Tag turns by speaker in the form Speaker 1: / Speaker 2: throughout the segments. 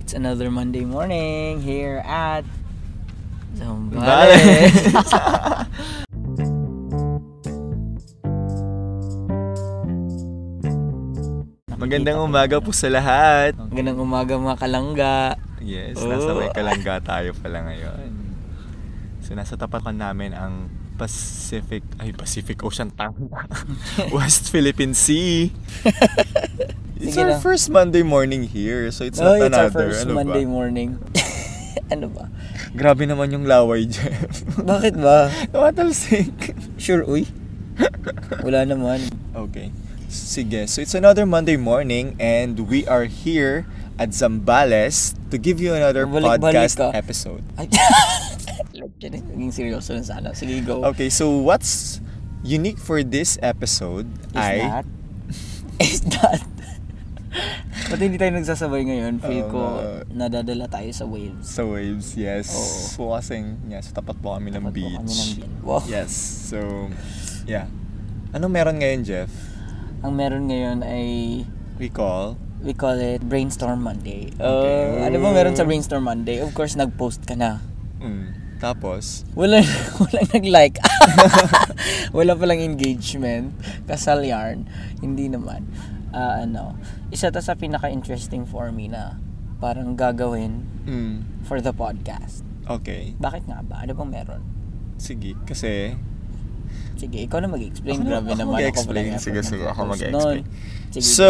Speaker 1: It's another Monday morning here at Zambales.
Speaker 2: Zambales. Magandang umaga po sa lahat.
Speaker 1: Magandang umaga mga kalangga.
Speaker 2: Yes,
Speaker 1: Oh.
Speaker 2: nasa may kalangga tayo pala ngayon. So nasa tapatan namin ang Pacific, ay Pacific Ocean Tang. West Philippine Sea. It's
Speaker 1: Sige
Speaker 2: our
Speaker 1: na.
Speaker 2: first Monday morning here, so it's
Speaker 1: oh, it's
Speaker 2: not
Speaker 1: our
Speaker 2: another.
Speaker 1: first
Speaker 2: ano
Speaker 1: Monday
Speaker 2: ba?
Speaker 1: morning. ano ba?
Speaker 2: Grabe naman yung laway, Jeff.
Speaker 1: Bakit ba?
Speaker 2: Tumatalsik.
Speaker 1: Sure, uy. Wala naman.
Speaker 2: Okay. Sige. So it's another Monday morning and we are here at Zambales to give you another
Speaker 1: Balik-balik
Speaker 2: podcast
Speaker 1: ka.
Speaker 2: episode.
Speaker 1: Ay. Legend eh. Naging seryoso na sana. Sige, go.
Speaker 2: Okay, so what's unique for this episode
Speaker 1: Is
Speaker 2: ay
Speaker 1: that? Is that? Ba't hindi tayo nagsasabay ngayon? Feel
Speaker 2: Oo
Speaker 1: ko
Speaker 2: nga.
Speaker 1: nadadala tayo sa waves.
Speaker 2: sa waves, yes.
Speaker 1: Oo.
Speaker 2: So kasing, yes, tapat po kami ng
Speaker 1: Oh. Tapat po kami
Speaker 2: beach.
Speaker 1: ng beach. Wow.
Speaker 2: Yes. So, yeah. Ano meron ngayon, Jeff?
Speaker 1: Ang meron ngayon ay
Speaker 2: We call.
Speaker 1: we call it Brainstorm Monday.
Speaker 2: Okay.
Speaker 1: Uh, ano ba meron sa Brainstorm Monday? Of course, nag-post ka na.
Speaker 2: Mm. Tapos,
Speaker 1: Wala, walang nag-like. Wala palang engagement. Kasal yarn. Hindi naman. Ah, ano, isa ta sa pinaka-interesting for me na parang gagawin
Speaker 2: mm,
Speaker 1: for the podcast.
Speaker 2: okay.
Speaker 1: Bakit nga ba? Ano bang meron?
Speaker 2: Sige, kasi
Speaker 1: Sige, ikaw na mag-explain.
Speaker 2: Ako na-
Speaker 1: Grabe
Speaker 2: ako
Speaker 1: naman.
Speaker 2: mag-explain.
Speaker 1: walang
Speaker 2: Sige,
Speaker 1: effort
Speaker 2: sige, ako
Speaker 1: mag-focus
Speaker 2: mag-explain.
Speaker 1: nun. Sige.
Speaker 2: So,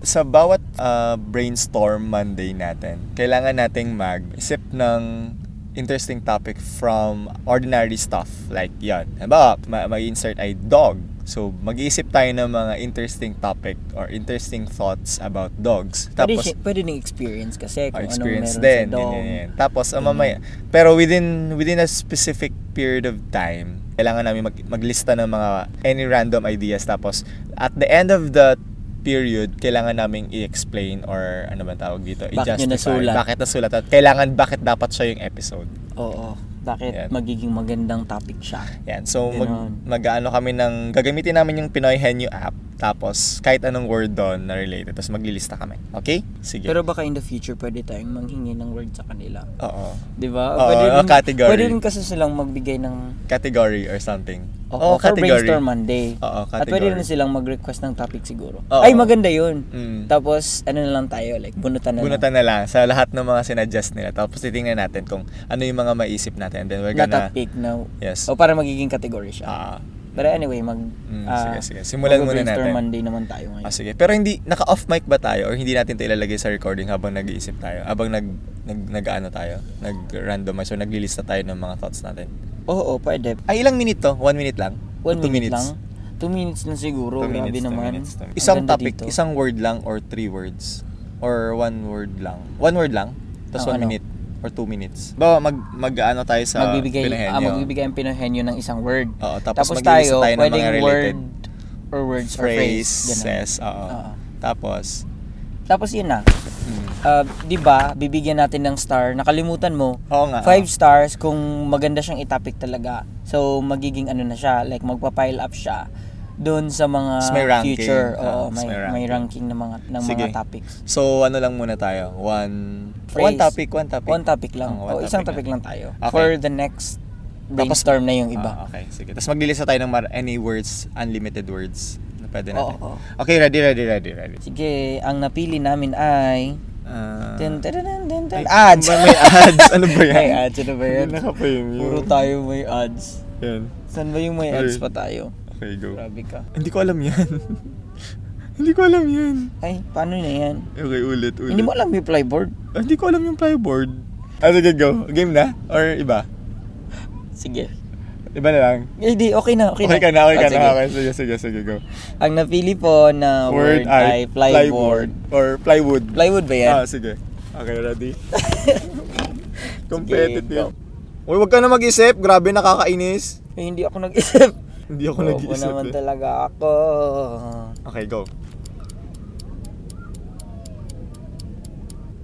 Speaker 2: sa bawat uh, brainstorm Monday natin, kailangan nating mag-isip ng interesting topic from ordinary stuff. Like, yan. Halimbawa, ma- mag-insert ay dog. So, mag-iisip tayo ng mga interesting topic or interesting thoughts about dogs.
Speaker 1: pwede,
Speaker 2: Tapos,
Speaker 1: si- pwede ding experience kasi
Speaker 2: or
Speaker 1: kung
Speaker 2: experience
Speaker 1: anong meron
Speaker 2: din.
Speaker 1: sa Mm-hmm. dog.
Speaker 2: yun, yun, yun. Tapos, ah,
Speaker 1: Ganun.
Speaker 2: mamaya, pero within within a specific period of time, kailangan namin mag, maglista ng mga any random ideas. Tapos, at the end of the period, kailangan naming i-explain or ano ba tawag dito?
Speaker 1: Bakit niya
Speaker 2: I-justify.
Speaker 1: nasulat?
Speaker 2: Bakit nasulat? At kailangan, bakit dapat siya yung episode.
Speaker 1: Oo. Bakit
Speaker 2: Yan.
Speaker 1: magiging magandang topic siya?
Speaker 2: Yan. So, mag,
Speaker 1: Ganon.
Speaker 2: mag-ano kami ng, gagamitin namin yung Pinoy Henyo app. Tapos, kahit anong word doon na related. Tapos, maglilista kami. Okay? Sige.
Speaker 1: Pero baka in the future, pwede tayong manghingi ng word sa kanila.
Speaker 2: Oo.
Speaker 1: Di ba?
Speaker 2: Oo,
Speaker 1: pwede,
Speaker 2: a
Speaker 1: rin,
Speaker 2: category.
Speaker 1: pwede rin kasi silang magbigay ng
Speaker 2: Category or something.
Speaker 1: Oo,
Speaker 2: Oo,
Speaker 1: Oh, for Brainstorm Monday.
Speaker 2: Oo,
Speaker 1: At pwede
Speaker 2: category.
Speaker 1: rin silang mag-request ng topic siguro.
Speaker 2: Oo.
Speaker 1: Ay, maganda yun.
Speaker 2: Mm.
Speaker 1: Tapos, ano na lang tayo, like, bunutan na
Speaker 2: Bunutan na lang sa lahat ng mga sinadjust nila. Tapos titingnan natin kung ano yung mga maisip natin. And then we're
Speaker 1: lang. Na
Speaker 2: gonna...
Speaker 1: topic na...
Speaker 2: Yes.
Speaker 1: O para magiging category siya.
Speaker 2: Ah,
Speaker 1: But anyway, mag...
Speaker 2: Mm,
Speaker 1: ah,
Speaker 2: sige, sige. Simulan muna
Speaker 1: mag-brainstorm
Speaker 2: natin.
Speaker 1: Monday naman tayo ngayon.
Speaker 2: ah, sige. Pero hindi, naka-off mic ba tayo? Or hindi natin ito ilalagay sa recording habang nag-iisip tayo? Habang nag, nag, nag-ano tayo? Nag-randomize or naglilista tayo ng mga thoughts natin?
Speaker 1: Oo, pwede.
Speaker 2: Ay, ilang minute to? One minute lang?
Speaker 1: One
Speaker 2: Or two
Speaker 1: minute
Speaker 2: minutes?
Speaker 1: lang. Two minutes na siguro.
Speaker 2: Two
Speaker 1: Grabe
Speaker 2: minutes, two
Speaker 1: naman.
Speaker 2: minutes, two minutes.
Speaker 1: Ang
Speaker 2: Isang
Speaker 1: ganda
Speaker 2: topic,
Speaker 1: dito.
Speaker 2: isang word lang or three words? Or one word lang? One word lang? Tapos
Speaker 1: Ang
Speaker 2: one
Speaker 1: ano?
Speaker 2: minute or two minutes? Bawa, mag, mag-ano tayo sa
Speaker 1: magbibigay,
Speaker 2: Pinohenyo.
Speaker 1: ah, magbibigay ang Pinohenyo ng isang word.
Speaker 2: Oo, tapos maglilista tayo ng mga
Speaker 1: pwedeng
Speaker 2: related
Speaker 1: word or words or phrase. ganun. Ah.
Speaker 2: phrases. Oo.
Speaker 1: Oo.
Speaker 2: Tapos,
Speaker 1: Tapos yun na.
Speaker 2: mm,
Speaker 1: Ah, 'di ba? Bibigyan natin ng star. Nakalimutan mo.
Speaker 2: oo nga. ah.
Speaker 1: Five
Speaker 2: oo.
Speaker 1: stars kung maganda siyang i-topic talaga. So magiging ano na siya, like magpa-pile up siya doon sa mga
Speaker 2: Tapos may ranking.
Speaker 1: future.
Speaker 2: Ah,
Speaker 1: Oo,
Speaker 2: tapos
Speaker 1: may,
Speaker 2: may
Speaker 1: may ranking ng mga ng
Speaker 2: Sige.
Speaker 1: mga topics.
Speaker 2: So, ano lang muna tayo? One, one
Speaker 1: Phrase.
Speaker 2: topic, one topic.
Speaker 1: One topic lang.
Speaker 2: Oo, Oh,
Speaker 1: o,
Speaker 2: one
Speaker 1: isang
Speaker 2: topic
Speaker 1: topic lang tayo.
Speaker 2: Okay.
Speaker 1: For the next brainstorm na yung iba.
Speaker 2: Ah, okay, sige. Tapos maglilista tayo ng mar- any words, unlimited words na pwede natin.
Speaker 1: Oo, oo.
Speaker 2: Okay, ready, ready, ready, ready.
Speaker 1: Sige, ang napili namin ay...
Speaker 2: Ah,
Speaker 1: Dun, dun, dun, dun, dun.
Speaker 2: ay,
Speaker 1: ads!
Speaker 2: ba- May ads! Ano ba yan?
Speaker 1: may ads, ano ba yan?
Speaker 2: Naka-premium.
Speaker 1: Puro tayo may ads.
Speaker 2: Yan.
Speaker 1: Saan ba yung may
Speaker 2: Ay.
Speaker 1: ads pa tayo?
Speaker 2: Okay, go.
Speaker 1: Grabe ka.
Speaker 2: Hindi ko alam yan. Hindi ko alam yan.
Speaker 1: Ay, paano na yan?
Speaker 2: Okay, ulit, ulit.
Speaker 1: Hindi mo alam yung plyboard?
Speaker 2: Ah, Hindi ko alam yung plyboard. Ah, sige, go. Game na? Or iba?
Speaker 1: Sige.
Speaker 2: Iba na lang?
Speaker 1: Eh, di, okay na, okay,
Speaker 2: Okay, ka na,
Speaker 1: Ah,
Speaker 2: okay ka
Speaker 1: sige.
Speaker 2: na. Okay, sige, sige, sige, go.
Speaker 1: Ang napili po na word, ay plyboard.
Speaker 2: Or plywood.
Speaker 1: Plywood ba yan?
Speaker 2: Ah, sige. Okay, ready? Competitive.
Speaker 1: Sige,
Speaker 2: Uy, wag ka na mag-isip. Grabe, nakakainis.
Speaker 1: Eh, hindi ako nag-isip.
Speaker 2: Hindi Ah. ako
Speaker 1: Bobo
Speaker 2: nag-iisip.
Speaker 1: naman
Speaker 2: eh.
Speaker 1: talaga ako.
Speaker 2: Okay, go.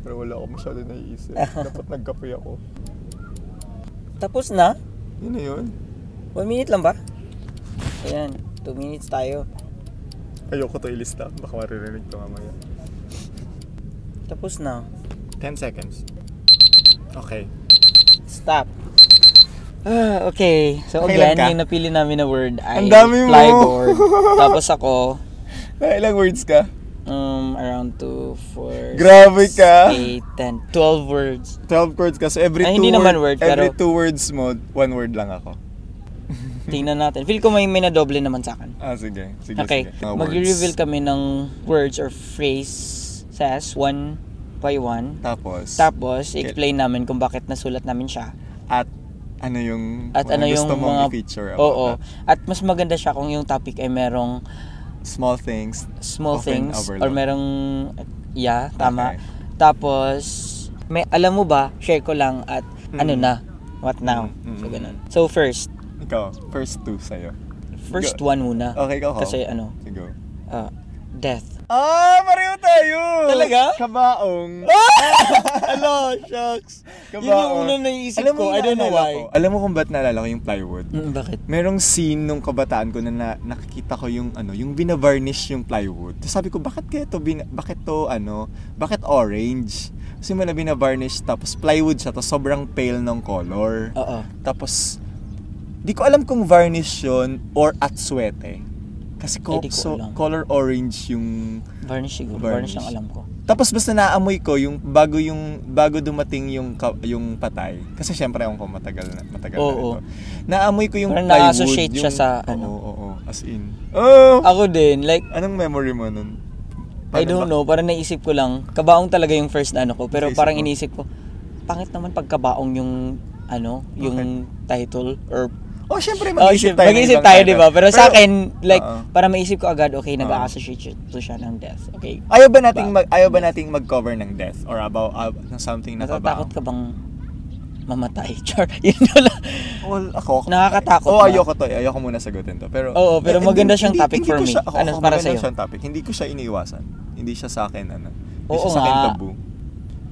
Speaker 2: Pero wala ako masyado naiisip. Dapat nagkape ako.
Speaker 1: Tapos na?
Speaker 2: Yun na yun.
Speaker 1: One minute lang ba? Ayan, two minutes tayo.
Speaker 2: Ayoko to ilista. Baka maririnig to mamaya.
Speaker 1: Tapos na.
Speaker 2: 10 seconds. Okay.
Speaker 1: Stop. Ah, okay. So
Speaker 2: Okay
Speaker 1: again,
Speaker 2: lang ka?
Speaker 1: yung napili namin na word ay
Speaker 2: Ang dami mo!
Speaker 1: plyboard. Tapos ako,
Speaker 2: Na ilang words ka?
Speaker 1: um, around 2, 4,
Speaker 2: Grabe ka.
Speaker 1: 8, 10, 12 words.
Speaker 2: 12 words ka. So every
Speaker 1: Ay,
Speaker 2: two
Speaker 1: hindi naman word,
Speaker 2: every
Speaker 1: pero-
Speaker 2: two words mo, one word lang ako.
Speaker 1: Tingnan natin. Feel ko may may nadoble naman sa akin.
Speaker 2: Ah, sige. Sige,
Speaker 1: Okay.
Speaker 2: sige. Mga words.
Speaker 1: Mag-reveal kami ng words or phrase says one by one.
Speaker 2: Tapos,
Speaker 1: Tapos, explain namin kung bakit nasulat namin siya.
Speaker 2: at ano yung
Speaker 1: At
Speaker 2: mga
Speaker 1: ano yung
Speaker 2: gusto mong
Speaker 1: mga...
Speaker 2: feature about
Speaker 1: Oo.
Speaker 2: that.
Speaker 1: At mas maganda siya kung yung topic ay merong
Speaker 2: Small things.
Speaker 1: small
Speaker 2: Often
Speaker 1: things or
Speaker 2: overlooked.
Speaker 1: merong yeah tama
Speaker 2: Okay.
Speaker 1: tapos may alam mo ba share ko lang at ano
Speaker 2: Mm.
Speaker 1: na what now
Speaker 2: Mm, mm,
Speaker 1: so
Speaker 2: mm.
Speaker 1: ganun so first
Speaker 2: Ikaw, first two sa'yo.
Speaker 1: first
Speaker 2: Go. Oh.
Speaker 1: one muna
Speaker 2: Okay, ikaw. Ho.
Speaker 1: kasi ano
Speaker 2: Sige.
Speaker 1: uh, death
Speaker 2: Ah, pareho tayo!
Speaker 1: Talaga?
Speaker 2: Kabaong.
Speaker 1: Hello, shucks
Speaker 2: Kabaong.
Speaker 1: yun yung una naisip
Speaker 2: Alam mo
Speaker 1: ko
Speaker 2: yung
Speaker 1: I don't know
Speaker 2: naalala
Speaker 1: why
Speaker 2: ko? Alam mo kung ba't naalala ko yung plywood?
Speaker 1: Mm, bakit
Speaker 2: Merong scene nung kabataan ko na, na- nakikita ko yung ano, yung binavarnish yung plywood. Tapos sabi ko, bakit kaya to, bin- bakit to ano, bakit orange? Kasi mo na binavarnish tapos plywood siya, tapos sobrang pale ng color.
Speaker 1: oo
Speaker 2: Tapos, di ko alam kung varnish yun or atsuete. Kasi ko,
Speaker 1: Ay, Eh, di ko
Speaker 2: so,
Speaker 1: alam.
Speaker 2: color orange yung...
Speaker 1: varnish siguro varnish,
Speaker 2: Varnish.
Speaker 1: ang alam ko
Speaker 2: Tapos basta naamoy ko yung bago yung bago dumating yung ka- yung patay. Kasi syempre ako kung matagal na matagal na
Speaker 1: Oo.
Speaker 2: ito. Naamoy ko yung
Speaker 1: Parang
Speaker 2: plywood.
Speaker 1: na-associate siya
Speaker 2: yung-
Speaker 1: sa
Speaker 2: oo,
Speaker 1: ano.
Speaker 2: Oo, oo, as in. Oh!
Speaker 1: ako din like
Speaker 2: Anong memory mo nun?
Speaker 1: I don't know, parang naisip ko lang, kabaong talaga yung first na ano ko, pero
Speaker 2: Naisip
Speaker 1: parang
Speaker 2: mo?
Speaker 1: iniisip ko, pangit naman pag kabaong yung ano, yung title or
Speaker 2: Oh, syempre
Speaker 1: Oh, shit,
Speaker 2: mag-isip tayo. ng
Speaker 1: mag-iisip
Speaker 2: ibang
Speaker 1: tayo,
Speaker 2: title.
Speaker 1: di ba? Pero, sa akin, like,
Speaker 2: Oo.
Speaker 1: para maisip ko agad, okay,
Speaker 2: Oo.
Speaker 1: nag-associate to siya ng death. Okay.
Speaker 2: Ayaw ba nating
Speaker 1: Ba-
Speaker 2: mag ayaw ba nating mag-cover ng death or about uh, ng something na
Speaker 1: Natatakot
Speaker 2: kabaong?
Speaker 1: ka bang mamatay? Char, yun wala.
Speaker 2: Well, ako.
Speaker 1: Nakakatakot
Speaker 2: Oo,
Speaker 1: ba?
Speaker 2: ayoko to. eh. Ayoko muna sagutin to. Pero
Speaker 1: Oo, pero
Speaker 2: Hindi-
Speaker 1: maganda siyang
Speaker 2: hindi-
Speaker 1: topic
Speaker 2: hindi
Speaker 1: for
Speaker 2: ko
Speaker 1: me.
Speaker 2: siya- oo,
Speaker 1: Ano,
Speaker 2: oo,
Speaker 1: para
Speaker 2: maganda
Speaker 1: sa'yo?
Speaker 2: siyang topic. Hindi ko siya iniiwasan. Hindi siya sa akin ano. Hindi
Speaker 1: Oo
Speaker 2: siya sa akin
Speaker 1: nga.
Speaker 2: taboo.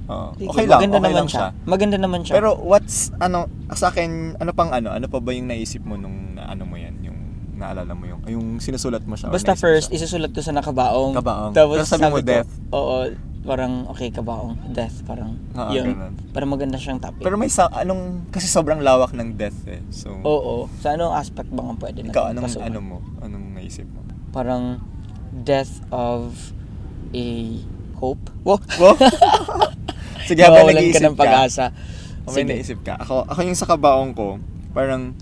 Speaker 2: Oo.
Speaker 1: Sige,
Speaker 2: okay lang,
Speaker 1: maganda
Speaker 2: okay
Speaker 1: naman
Speaker 2: lang siya.
Speaker 1: Maganda naman siya.
Speaker 2: Pero what's ano sa akin ano pang ano? Ano pa ba yung naisip mo nung na- ano mo yan? Yung naalala mo yung yung sinusulat mo siya. or
Speaker 1: Basta
Speaker 2: naisip mo
Speaker 1: first,
Speaker 2: siya?
Speaker 1: isusulat ko sa nakabaong.
Speaker 2: Kabaong.
Speaker 1: Tapos
Speaker 2: Pero sabi
Speaker 1: ko,
Speaker 2: mo, death.
Speaker 1: Oo, parang, okay, kabaong, death, parang,
Speaker 2: Oo,
Speaker 1: yun.
Speaker 2: ganun.
Speaker 1: Parang maganda siyang topic.
Speaker 2: Pero may sa anong kasi sobrang lawak ng death eh. So
Speaker 1: Oo. Sa anong aspect ba nga pwede natin
Speaker 2: ikaw anong
Speaker 1: pasukan?
Speaker 2: ano mo? Anong naisip mo?
Speaker 1: Parang death of a hope. Wow.
Speaker 2: Wow. Sige, habang
Speaker 1: Mawalan
Speaker 2: nag-iisip
Speaker 1: ka ng pag-asa.
Speaker 2: O may naisip ka. Ako, ako yung sa kabaong ko, parang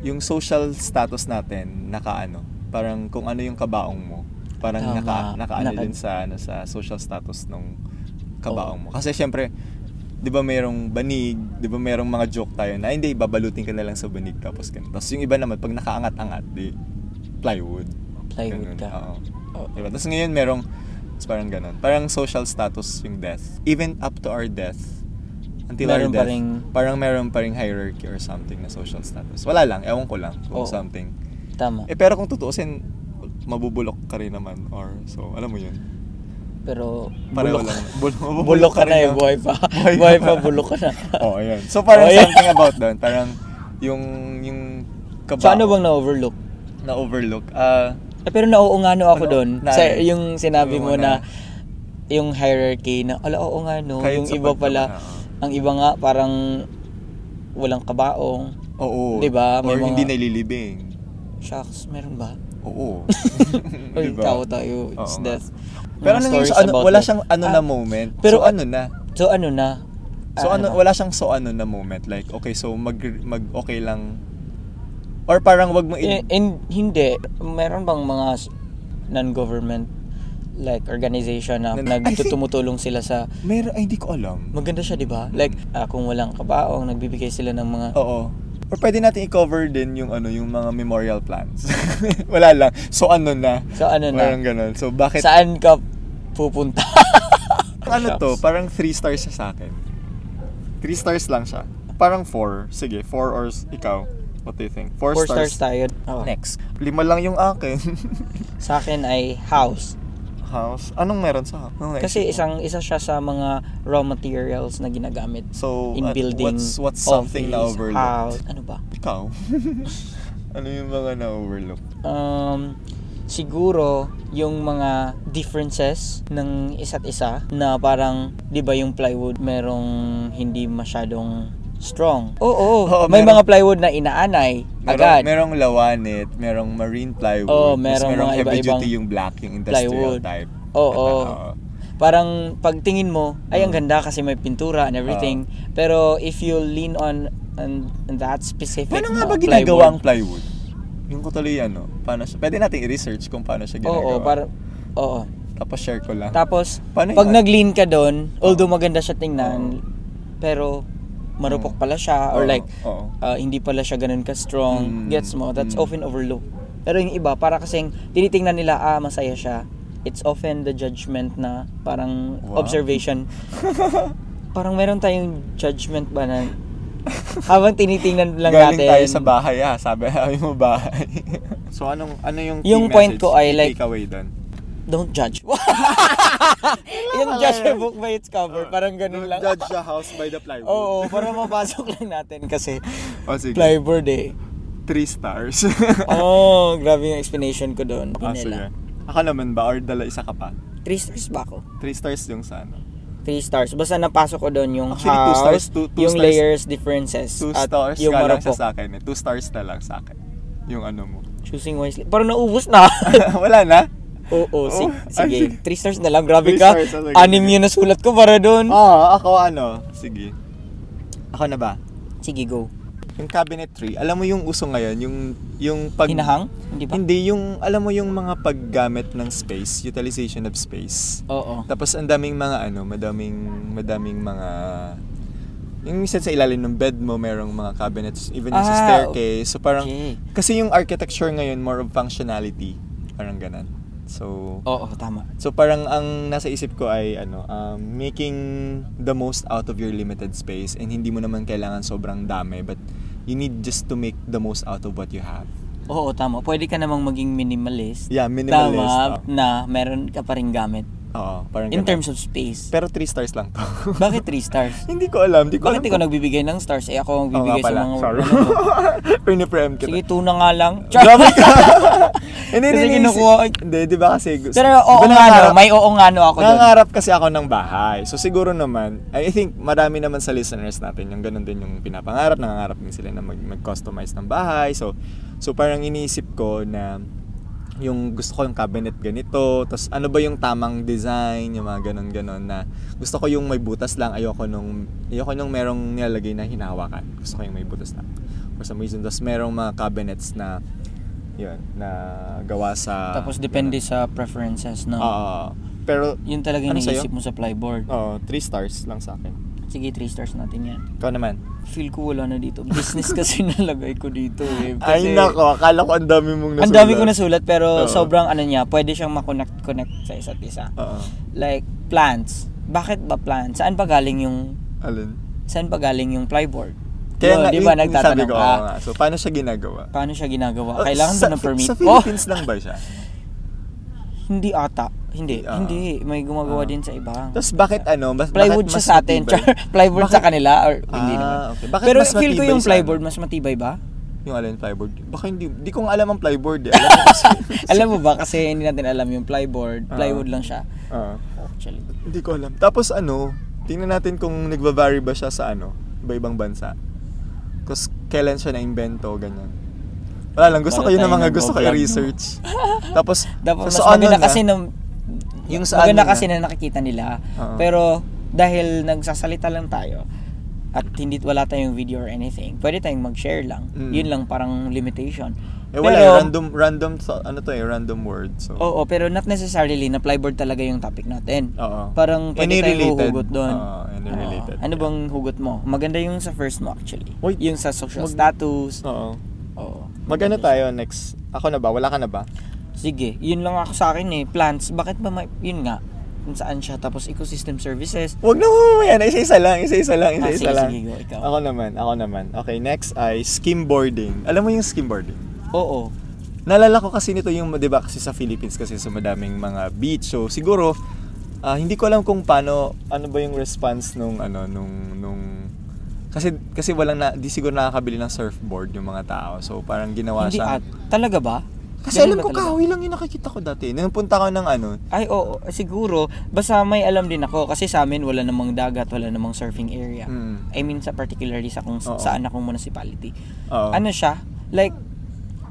Speaker 2: yung social status natin, nakaano, parang kung ano yung kabaong mo, parang
Speaker 1: Tama.
Speaker 2: naka, nakaano
Speaker 1: Naka-
Speaker 2: din sa, ano, sa social status nung kabaong mo. Kasi syempre, di ba merong banig, di ba merong mga joke tayo na, hindi, babalutin ka na lang sa banig tapos ganun. Tapos yung iba naman, pag nakaangat-angat, di, plywood.
Speaker 1: Plywood
Speaker 2: Ganun,
Speaker 1: ka.
Speaker 2: oo.
Speaker 1: Oo.
Speaker 2: Diba? Tapos ngayon merong it's parang ganun. Parang social status yung death. Even up to our death. Until
Speaker 1: Meron
Speaker 2: our
Speaker 1: pa
Speaker 2: death.
Speaker 1: ring-
Speaker 2: Parang meron pa ring hierarchy or something na social status. Wala lang. Ewan ko lang kung
Speaker 1: Oo.
Speaker 2: something.
Speaker 1: Tama.
Speaker 2: Eh pero kung tutuusin, mabubulok ka rin naman. Or so, alam mo yun.
Speaker 1: Pero
Speaker 2: Pareho
Speaker 1: bulok.
Speaker 2: lang. Bul- mabubulok
Speaker 1: bulok ka
Speaker 2: rin
Speaker 1: na eh. Buhay pa.
Speaker 2: Buhay ka
Speaker 1: Buhay
Speaker 2: na.
Speaker 1: pa, bulok ka na.
Speaker 2: Oo, ayan. So parang
Speaker 1: Oo, ayan.
Speaker 2: something about doon. Parang yung, yung kabao
Speaker 1: So ano bang na-overlook?
Speaker 2: na-overlook. Ah,
Speaker 1: Eh, pero nauungano ako
Speaker 2: Ano?
Speaker 1: doon.
Speaker 2: Na-
Speaker 1: Sa yung sinabi
Speaker 2: yung
Speaker 1: mo na
Speaker 2: una.
Speaker 1: yung hierarchy na, ala, oo nga no.
Speaker 2: Kahit
Speaker 1: yung
Speaker 2: sa
Speaker 1: iba pala,
Speaker 2: pagkawa,
Speaker 1: ang iba nga parang walang kabaong.
Speaker 2: oo.
Speaker 1: Di ba? Diba?
Speaker 2: Or
Speaker 1: May mga-
Speaker 2: hindi nalilibing.
Speaker 1: Shucks, meron ba?
Speaker 2: Oo.
Speaker 1: Ay,
Speaker 2: Diba?
Speaker 1: tao tayo. It's
Speaker 2: Oo nga.
Speaker 1: death.
Speaker 2: Pero
Speaker 1: Mga
Speaker 2: ano yung,
Speaker 1: stories
Speaker 2: ano,
Speaker 1: about
Speaker 2: wala
Speaker 1: death.
Speaker 2: siyang ano
Speaker 1: Ah,
Speaker 2: na moment.
Speaker 1: pero
Speaker 2: so,
Speaker 1: a-
Speaker 2: ano na.
Speaker 1: So ano na?
Speaker 2: So
Speaker 1: Ah,
Speaker 2: ano,
Speaker 1: ba?
Speaker 2: wala siyang so ano na moment. Like, okay, so mag, mag okay lang. Or parang wag mo
Speaker 1: Eh,
Speaker 2: in...
Speaker 1: and hindi. Meron bang mga s- non-government like organization na
Speaker 2: Nan- I think-
Speaker 1: nagtutumutulong sila sa
Speaker 2: Meron, ay, hindi ko alam.
Speaker 1: maganda siya, 'di ba? Like ah, kung walang kabaong, nagbibigay sila ng mga
Speaker 2: Oo. Or pwede natin i-cover din yung ano, yung mga memorial plans. wala lang. So ano na.
Speaker 1: So, ano na?
Speaker 2: Parang ganun. So bakit...
Speaker 1: saan ka pupunta.
Speaker 2: ano to?
Speaker 1: Shucks.
Speaker 2: Parang 3 stars siya sa akin. 3 stars lang siya. Parang 4. Sige, 4 or s- ikaw. What do you think? 4
Speaker 1: Four
Speaker 2: stars. Oh.
Speaker 1: stars, tayo. Oo.
Speaker 2: Next. Lima lang yung akin.
Speaker 1: Sa akin ay house.
Speaker 2: house. Anong meron sa house? Anong
Speaker 1: Kasi
Speaker 2: naisip mo?
Speaker 1: isang isa siya sa mga raw materials na ginagamit
Speaker 2: So,
Speaker 1: in
Speaker 2: at
Speaker 1: building
Speaker 2: what's, what's something na
Speaker 1: office,
Speaker 2: overlooked?
Speaker 1: house. Ano ba?
Speaker 2: Ikaw? ano yung mga na overlooked?
Speaker 1: Um, siguro yung mga differences ng isa't isa na parang 'di ba yung plywood merong hindi masyadong strong. Oo, oo.
Speaker 2: Oo,
Speaker 1: may
Speaker 2: meron.
Speaker 1: mga plywood na inaanay agad.
Speaker 2: Merong, merong lawanit, merong marine plywood,
Speaker 1: Oo,
Speaker 2: mas
Speaker 1: merong
Speaker 2: merong
Speaker 1: mga
Speaker 2: heavy
Speaker 1: iba-ibang
Speaker 2: duty yung black, yung industrial
Speaker 1: plywood.
Speaker 2: type. Diba?
Speaker 1: Oo.
Speaker 2: Oo. Mm.
Speaker 1: Parang pagtingin mo, ay ang ganda kasi may pintura and everything. Pero if you lean on on, on that specific
Speaker 2: Paano nga
Speaker 1: na
Speaker 2: ba
Speaker 1: plywood-
Speaker 2: ginagawa ang plywood? Yung ko tuloy ano, paano siya, pwede nating i-research kung paano siya
Speaker 1: Oo,
Speaker 2: ginagawa.
Speaker 1: para oo.
Speaker 2: Tapos share ko lang.
Speaker 1: Tapos
Speaker 2: Paano
Speaker 1: pag
Speaker 2: yun? Oh.
Speaker 1: nag-lean ka doon, although maganda siya tingnan,
Speaker 2: Oo.
Speaker 1: pero marupok
Speaker 2: Oo.
Speaker 1: pala siya or
Speaker 2: Oo,
Speaker 1: like
Speaker 2: oo.
Speaker 1: ah, hindi pala siya ganun ka strong,
Speaker 2: Mm,
Speaker 1: gets mo? That's
Speaker 2: mm.
Speaker 1: often overlooked. Pero yung iba, para kasing tinitingnan nila, ah, masaya siya. It's often the judgment na parang
Speaker 2: Wow.
Speaker 1: observation. parang meron tayong judgment ba na habang tinitingnan lang
Speaker 2: Galing
Speaker 1: natin.
Speaker 2: tayo sa bahay ah, sabi sabi mo bahay. so anong ano yung key
Speaker 1: Yung point
Speaker 2: message,
Speaker 1: ko ay
Speaker 2: key
Speaker 1: like-
Speaker 2: takeaway doon?
Speaker 1: Don't judge. yung
Speaker 2: pala
Speaker 1: judge a
Speaker 2: yun.
Speaker 1: book by its cover. parang ganun lang.
Speaker 2: Judge the house by the plywood.
Speaker 1: Oo, para mapasok lang natin kasi
Speaker 2: O Oh, sige,
Speaker 1: plywood eh.
Speaker 2: three stars.
Speaker 1: Oh, grabe yung explanation ko doon.
Speaker 2: Ah, sige. Ako naman ba? Or dala isa ka pa?
Speaker 1: Three stars ba ako?
Speaker 2: Three stars yung sa ano?
Speaker 1: Three stars. Basta napasok ko doon yung
Speaker 2: Actually,
Speaker 1: house,
Speaker 2: two stars, two- two
Speaker 1: yung
Speaker 2: stars.
Speaker 1: layers, differences,
Speaker 2: Two
Speaker 1: at
Speaker 2: stars
Speaker 1: yung
Speaker 2: ka lang siya
Speaker 1: marupok.
Speaker 2: sa akin eh. Two stars na lang sa akin. Yung ano mo.
Speaker 1: Choosing wisely. Parang naubos na.
Speaker 2: Wala na?
Speaker 1: Oo, si-
Speaker 2: Oh,
Speaker 1: sige.
Speaker 2: ay, sige.
Speaker 1: Three stars na lang. Grabe
Speaker 2: Three
Speaker 1: ka.
Speaker 2: stars Ah. na, sige,
Speaker 1: Anim
Speaker 2: sige.
Speaker 1: yun na sulat ko para doon.
Speaker 2: Oo, ako ano. Sige. Ako na ba?
Speaker 1: Sige, go.
Speaker 2: Yung cabinetry, alam mo yung uso ngayon, yung, yung pag...
Speaker 1: Hinahang? Hindi ba?
Speaker 2: Hindi, yung, alam mo yung mga paggamit ng space, utilization of space.
Speaker 1: Oo.
Speaker 2: Tapos ang daming mga ano, madaming madaming mga yung minsan sa ilalim ng bed mo merong mga cabinets even yung sa
Speaker 1: Ah,
Speaker 2: staircase. So parang
Speaker 1: okay.
Speaker 2: kasi yung architecture ngayon more of functionality, parang ganun. So
Speaker 1: Oo, tama.
Speaker 2: So parang ang nasa isip ko ay ano, um, making the most out of your limited space and hindi mo naman kailangan sobrang dami but you need just to make the most out of what you have.
Speaker 1: Oo, tama. Pwede ka namang maging minimalist.
Speaker 2: Yeah, minimalist.
Speaker 1: Tama
Speaker 2: Oh.
Speaker 1: na meron ka pa rin gamit.
Speaker 2: Oo, parang
Speaker 1: In
Speaker 2: ganun.
Speaker 1: terms of space.
Speaker 2: Pero 3 stars lang to.
Speaker 1: Bakit three stars?
Speaker 2: hindi ko alam, hindi ko
Speaker 1: Bakit
Speaker 2: alam.
Speaker 1: ikaw nagbibigay ng stars? Eh ako ang bibigay sa mga...
Speaker 2: Sorry.
Speaker 1: ano mo.
Speaker 2: Piniprem kita.
Speaker 1: Sige, two na nga lang.
Speaker 2: Grabe ka!
Speaker 1: Kasi
Speaker 2: Hindi, hindi, hindi.
Speaker 1: kinukuha-
Speaker 2: Hindi, di ba kasi... gusto-
Speaker 1: Pero oo
Speaker 2: Di ba
Speaker 1: nga no,
Speaker 2: nangangarap-
Speaker 1: may oo nga no ako doon.
Speaker 2: Nangangarap kasi ako ng bahay. So siguro naman, I think marami naman sa listeners natin yung ganun din yung pinapangarap. Nangangarap din sila na mag- mag-customize ng bahay. So, so parang iniisip ko na yung gusto ko yung cabinet ganito, tapos ano ba yung tamang design, yung mga ganun-ganun na gusto ko yung may butas lang, ayoko nung, ayoko nung merong nilalagay na hinahawakan. Gusto ko yung may butas lang. For some reason, tapos merong mga cabinets na yun, na gawa sa...
Speaker 1: Tapos depende sa preferences
Speaker 2: Oo.
Speaker 1: no.
Speaker 2: pero
Speaker 1: Yun talaga yung
Speaker 2: Ano sa'yo?
Speaker 1: iniisip mo sa plyboard.
Speaker 2: Oh, three stars lang sa akin.
Speaker 1: Sige, three stars natin yan.
Speaker 2: Ikaw naman.
Speaker 1: Feel ko wala na dito. Business kasi nalagay ko dito eh. Kasi
Speaker 2: Ay nako, akala ko ang dami mong nasulat.
Speaker 1: Ang dami ko nasulat pero
Speaker 2: Oo.
Speaker 1: sobrang ano niya, pwede siyang makonect-connect sa isa't isa.
Speaker 2: Oo.
Speaker 1: Like plants. Bakit ba plants? Saan ba galing yung
Speaker 2: Alin?
Speaker 1: saan ba galing yung plyboard? Yun,
Speaker 2: Kaya nga,
Speaker 1: di ba
Speaker 2: yun- yun sabi
Speaker 1: nagtatanong
Speaker 2: ko,
Speaker 1: ka,
Speaker 2: oo nga. So, paano siya ginagawa?
Speaker 1: paano siya ginagawa?
Speaker 2: Oh,
Speaker 1: Kailangan
Speaker 2: sa,
Speaker 1: ba ng permit?
Speaker 2: Sa Philippines lang ba siya?
Speaker 1: Hindi ata. Hindi.
Speaker 2: Ah.
Speaker 1: hindi. May gumagawa
Speaker 2: Ah.
Speaker 1: din sa iba.
Speaker 2: Tapos bakit ano? Mas,
Speaker 1: plywood
Speaker 2: bakit
Speaker 1: siya
Speaker 2: mas
Speaker 1: sa atin.
Speaker 2: matibay?
Speaker 1: Char, plywood sa kanila or hindi
Speaker 2: Ah,
Speaker 1: naman.
Speaker 2: okay. Bakit
Speaker 1: Pero
Speaker 2: mas
Speaker 1: feel ko
Speaker 2: matibay
Speaker 1: yung
Speaker 2: sa
Speaker 1: plyboard
Speaker 2: ano?
Speaker 1: mas matibay ba?
Speaker 2: Yung alin plyboard. Baka hindi, di ko nga alam ang plyboard eh. Alam ko kasi.
Speaker 1: alam mo ba kasi hindi natin alam yung plyboard.
Speaker 2: Ah.
Speaker 1: Plywood lang siya.
Speaker 2: Oo.
Speaker 1: Actually.
Speaker 2: Hindi ko alam. Tapos ano, tingnan natin kung nagbabary ba siya sa ano, iba-ibang bansa. Tapos kailan siya na-invento, ganyan. Wala lang, gusto
Speaker 1: Para
Speaker 2: ko yun ng
Speaker 1: tayo
Speaker 2: mga gusto ko
Speaker 1: nag-vlog, no?
Speaker 2: i-research. Tapos,
Speaker 1: Dapat mas
Speaker 2: so ano
Speaker 1: maganda
Speaker 2: na,
Speaker 1: kasi na
Speaker 2: Yung
Speaker 1: yung
Speaker 2: sa
Speaker 1: maganda
Speaker 2: ano na-
Speaker 1: kasi na nakikita nila.
Speaker 2: Oo.
Speaker 1: Pero dahil nagsasalita lang tayo at hindi wala tayong video or anything, pwede tayong mag-share lang.
Speaker 2: Mm.
Speaker 1: Yun lang parang limitation.
Speaker 2: eh wala,
Speaker 1: Pero- Oh.
Speaker 2: eh, random, random, so- ano to eh, random word. So,
Speaker 1: Oo, pero not necessarily na plyboard talaga yung topic natin.
Speaker 2: Oo.
Speaker 1: Parang pwede
Speaker 2: Any
Speaker 1: tayong
Speaker 2: related.
Speaker 1: huhugot doon.
Speaker 2: Oo, any
Speaker 1: Oo.
Speaker 2: related.
Speaker 1: Ano
Speaker 2: Yeah.
Speaker 1: bang hugot mo? Maganda yung sa first mo actually.
Speaker 2: Uy,
Speaker 1: yung sa social
Speaker 2: mag-
Speaker 1: status.
Speaker 2: oo.
Speaker 1: Oo. Maganda
Speaker 2: Mag-ano tayo next? Ako na ba? Wala ka na ba?
Speaker 1: siya. Sige, yun lang ako sa akin eh. Plants, bakit ba may... Yun nga. Kung saan siya. Tapos ecosystem services.
Speaker 2: Huwag na humayan. Isa-isa lang, isa-isa lang,
Speaker 1: Ah,
Speaker 2: isa-isa
Speaker 1: sige,
Speaker 2: lang.
Speaker 1: sige, go, ikaw.
Speaker 2: Ako naman, ako naman. Okay, next ay skimboarding. Alam mo yung skimboarding?
Speaker 1: Oo.
Speaker 2: Naalala ko kasi nito yung, di ba, kasi sa Philippines kasi so madaming mga beach. So, siguro, ah, hindi ko alam kung paano, ano ba yung response nung, ano, nung, nung, kasi, kasi walang na, di siguro nakakabili ng surfboard yung mga tao. So, parang ginawa
Speaker 1: Hindi at...
Speaker 2: siya.
Speaker 1: Talaga ba?
Speaker 2: Kasi
Speaker 1: Ganun
Speaker 2: alam
Speaker 1: ba
Speaker 2: ko,
Speaker 1: talaga?
Speaker 2: kahoy lang yung nakikita ko dati. Nung punta ko ng ano,
Speaker 1: Ay, oo. eh, Siguro. Basta may alam din ako. Kasi sa amin, wala namang dagat, wala namang surfing area.
Speaker 2: Mm.
Speaker 1: I mean, sa particularly sa kung
Speaker 2: Oo.
Speaker 1: saan akong municipality.
Speaker 2: Oo.
Speaker 1: Ano siya? Like,